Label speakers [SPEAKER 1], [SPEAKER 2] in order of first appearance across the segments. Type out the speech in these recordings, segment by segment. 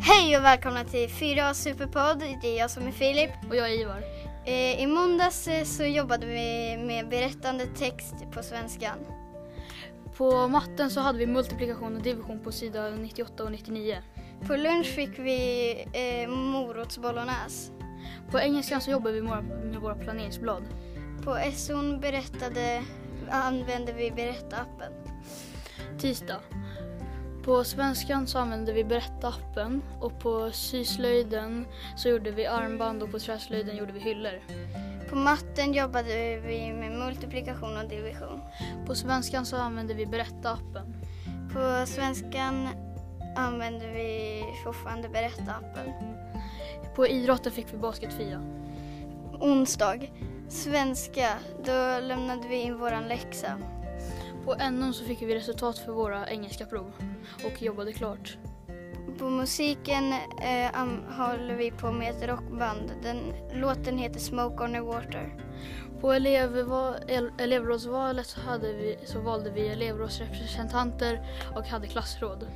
[SPEAKER 1] Hej och välkomna till 4A Superpodd. Det är jag som är Filip.
[SPEAKER 2] Och jag är Ivar.
[SPEAKER 1] Eh, I måndags eh, så jobbade vi med berättande text på svenskan.
[SPEAKER 2] På matten så hade vi multiplikation och division på sida 98 och 99.
[SPEAKER 1] På lunch fick vi eh, morotsbolognese.
[SPEAKER 2] På engelskan så jobbar vi med våra- med våra planeringsblad.
[SPEAKER 1] På SO'n berättade använde vi berättappen.
[SPEAKER 2] Tisdag. På svenskan så använde vi berättappen och på syslöjden så gjorde vi armband och på träslöjden gjorde vi hyllor.
[SPEAKER 1] På matten jobbade vi med multiplikation och division.
[SPEAKER 2] På svenskan så använde vi berättappen.
[SPEAKER 1] På svenskan använde vi fortfarande berättappen.
[SPEAKER 2] På idrotten fick vi basketfia.
[SPEAKER 1] Onsdag, svenska, då lämnade vi in våran läxa.
[SPEAKER 2] På NO så fick vi resultat för våra engelska prov och jobbade klart.
[SPEAKER 1] På musiken eh, am- håller vi på med ett rockband. Den, låten heter Smoke on the Water.
[SPEAKER 2] På elevva- el- elevrådsvalet så, hade vi, så valde vi elevrådsrepresentanter och hade klassråd.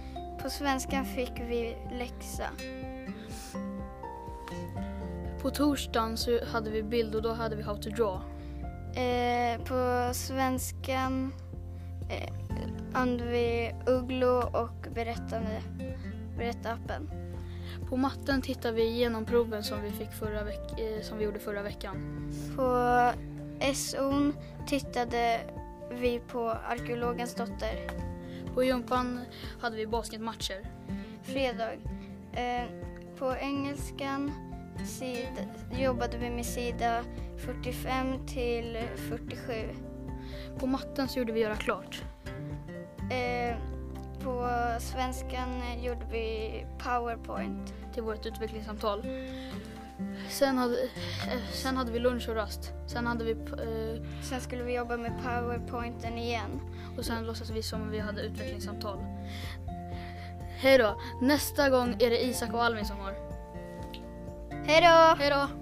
[SPEAKER 1] På svenskan fick vi läxa.
[SPEAKER 2] På torsdagen så hade vi bild och då hade vi how to draw.
[SPEAKER 1] Eh, på svenskan eh, använde vi Ugglo och berättande, berättappen.
[SPEAKER 2] På matten tittar vi igenom proven som vi, fick förra veck- eh, som vi gjorde förra veckan.
[SPEAKER 1] På SO'n tittade vi på Arkeologens dotter.
[SPEAKER 2] På gympan hade vi basketmatcher.
[SPEAKER 1] Fredag. Eh, på engelskan sid, jobbade vi med sida 45 till 47.
[SPEAKER 2] På matten så gjorde vi göra klart.
[SPEAKER 1] Eh, på svenskan gjorde vi powerpoint.
[SPEAKER 2] till vårt utvecklingssamtal. Sen hade, eh, sen hade vi lunch och rast. Sen hade vi eh,
[SPEAKER 1] Sen skulle vi jobba med powerpointen igen.
[SPEAKER 2] och sen låtsades vi som om vi hade utvecklingssamtal. Hej då! Nästa gång är det Isak och Alvin som har.
[SPEAKER 1] Hej då!
[SPEAKER 2] Hej då!